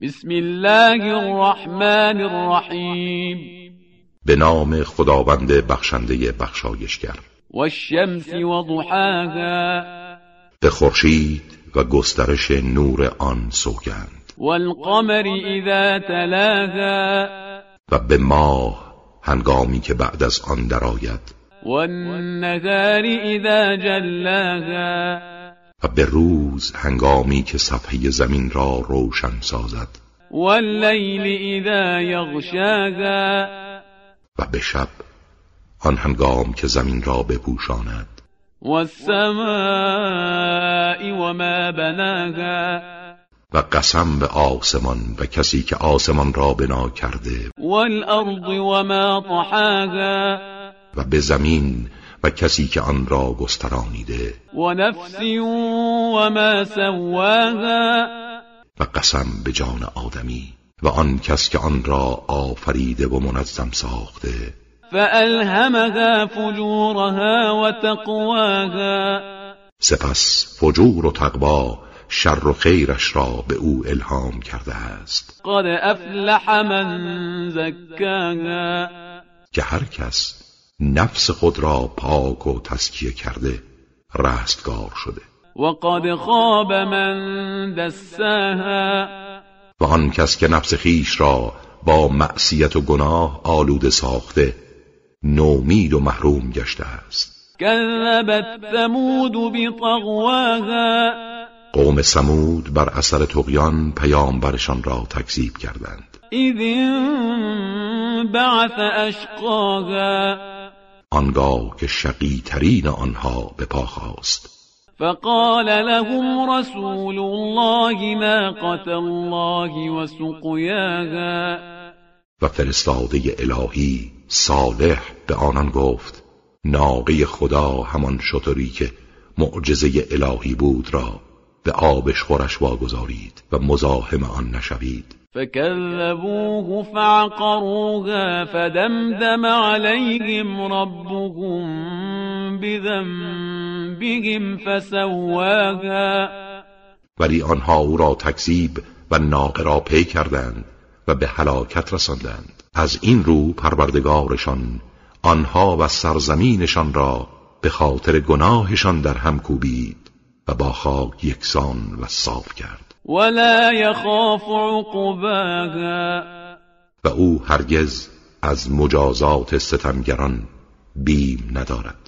بسم الله الرحمن الرحیم به نام خداوند بخشنده بخشایشگر والشمس وضحاها به خورشید و گسترش نور آن سوگند والقمر إذا تلاها و به ماه هنگامی که بعد از آن درآید والنهار إذا جلاها و به روز هنگامی که صفحه زمین را روشن سازد والليل إذا يغشاها و به شب آن هنگام که زمین را بپوشاند والسماء وما بناها و قسم به آسمان و کسی که آسمان را بنا کرده والأرض وما طحاها و به زمین و کسی که آن را گسترانیده ونفس وما سواها و قسم به جان آدمی و آن کس که آن را آفریده و منظم ساخته فألهمها فجورها وتقواها سپس فجور و تقوا شر و خیرش را به او الهام کرده است قد أفلح من زكاها که هر کس نفس خود را پاک و تسکیه کرده رستگار شده وقد خاب من دساها و آن کس که نفس خیش را با معصیت و گناه آلوده ساخته نومید و محروم گشته است كذبت ثمود بطغواها قوم سمود بر اثر تقیان پیامبرشان را تکذیب کردند إذ انبعث أشقاها آنگاه که شقی ترین آنها به پا خواست فقال لهم رسول الله ناقة الله وسقياها و فرستاده الهی صالح به آنان گفت ناقه خدا همان شطوری که معجزه الهی بود را به آبش خورش واگذارید و مزاحم آن نشوید فكذبوه فعقروها فدمدم عليهم ربهم بذنبهم فسواها ولی آنها او را تکذیب و ناقه را پی کردند و به هلاکت رساندند از این رو پروردگارشان آنها و سرزمینشان را به خاطر گناهشان در هم کوبید و با خاک یکسان و صاف کرد ولا يخاف عقباها و او هرگز از مجازات ستمگران بیم ندارد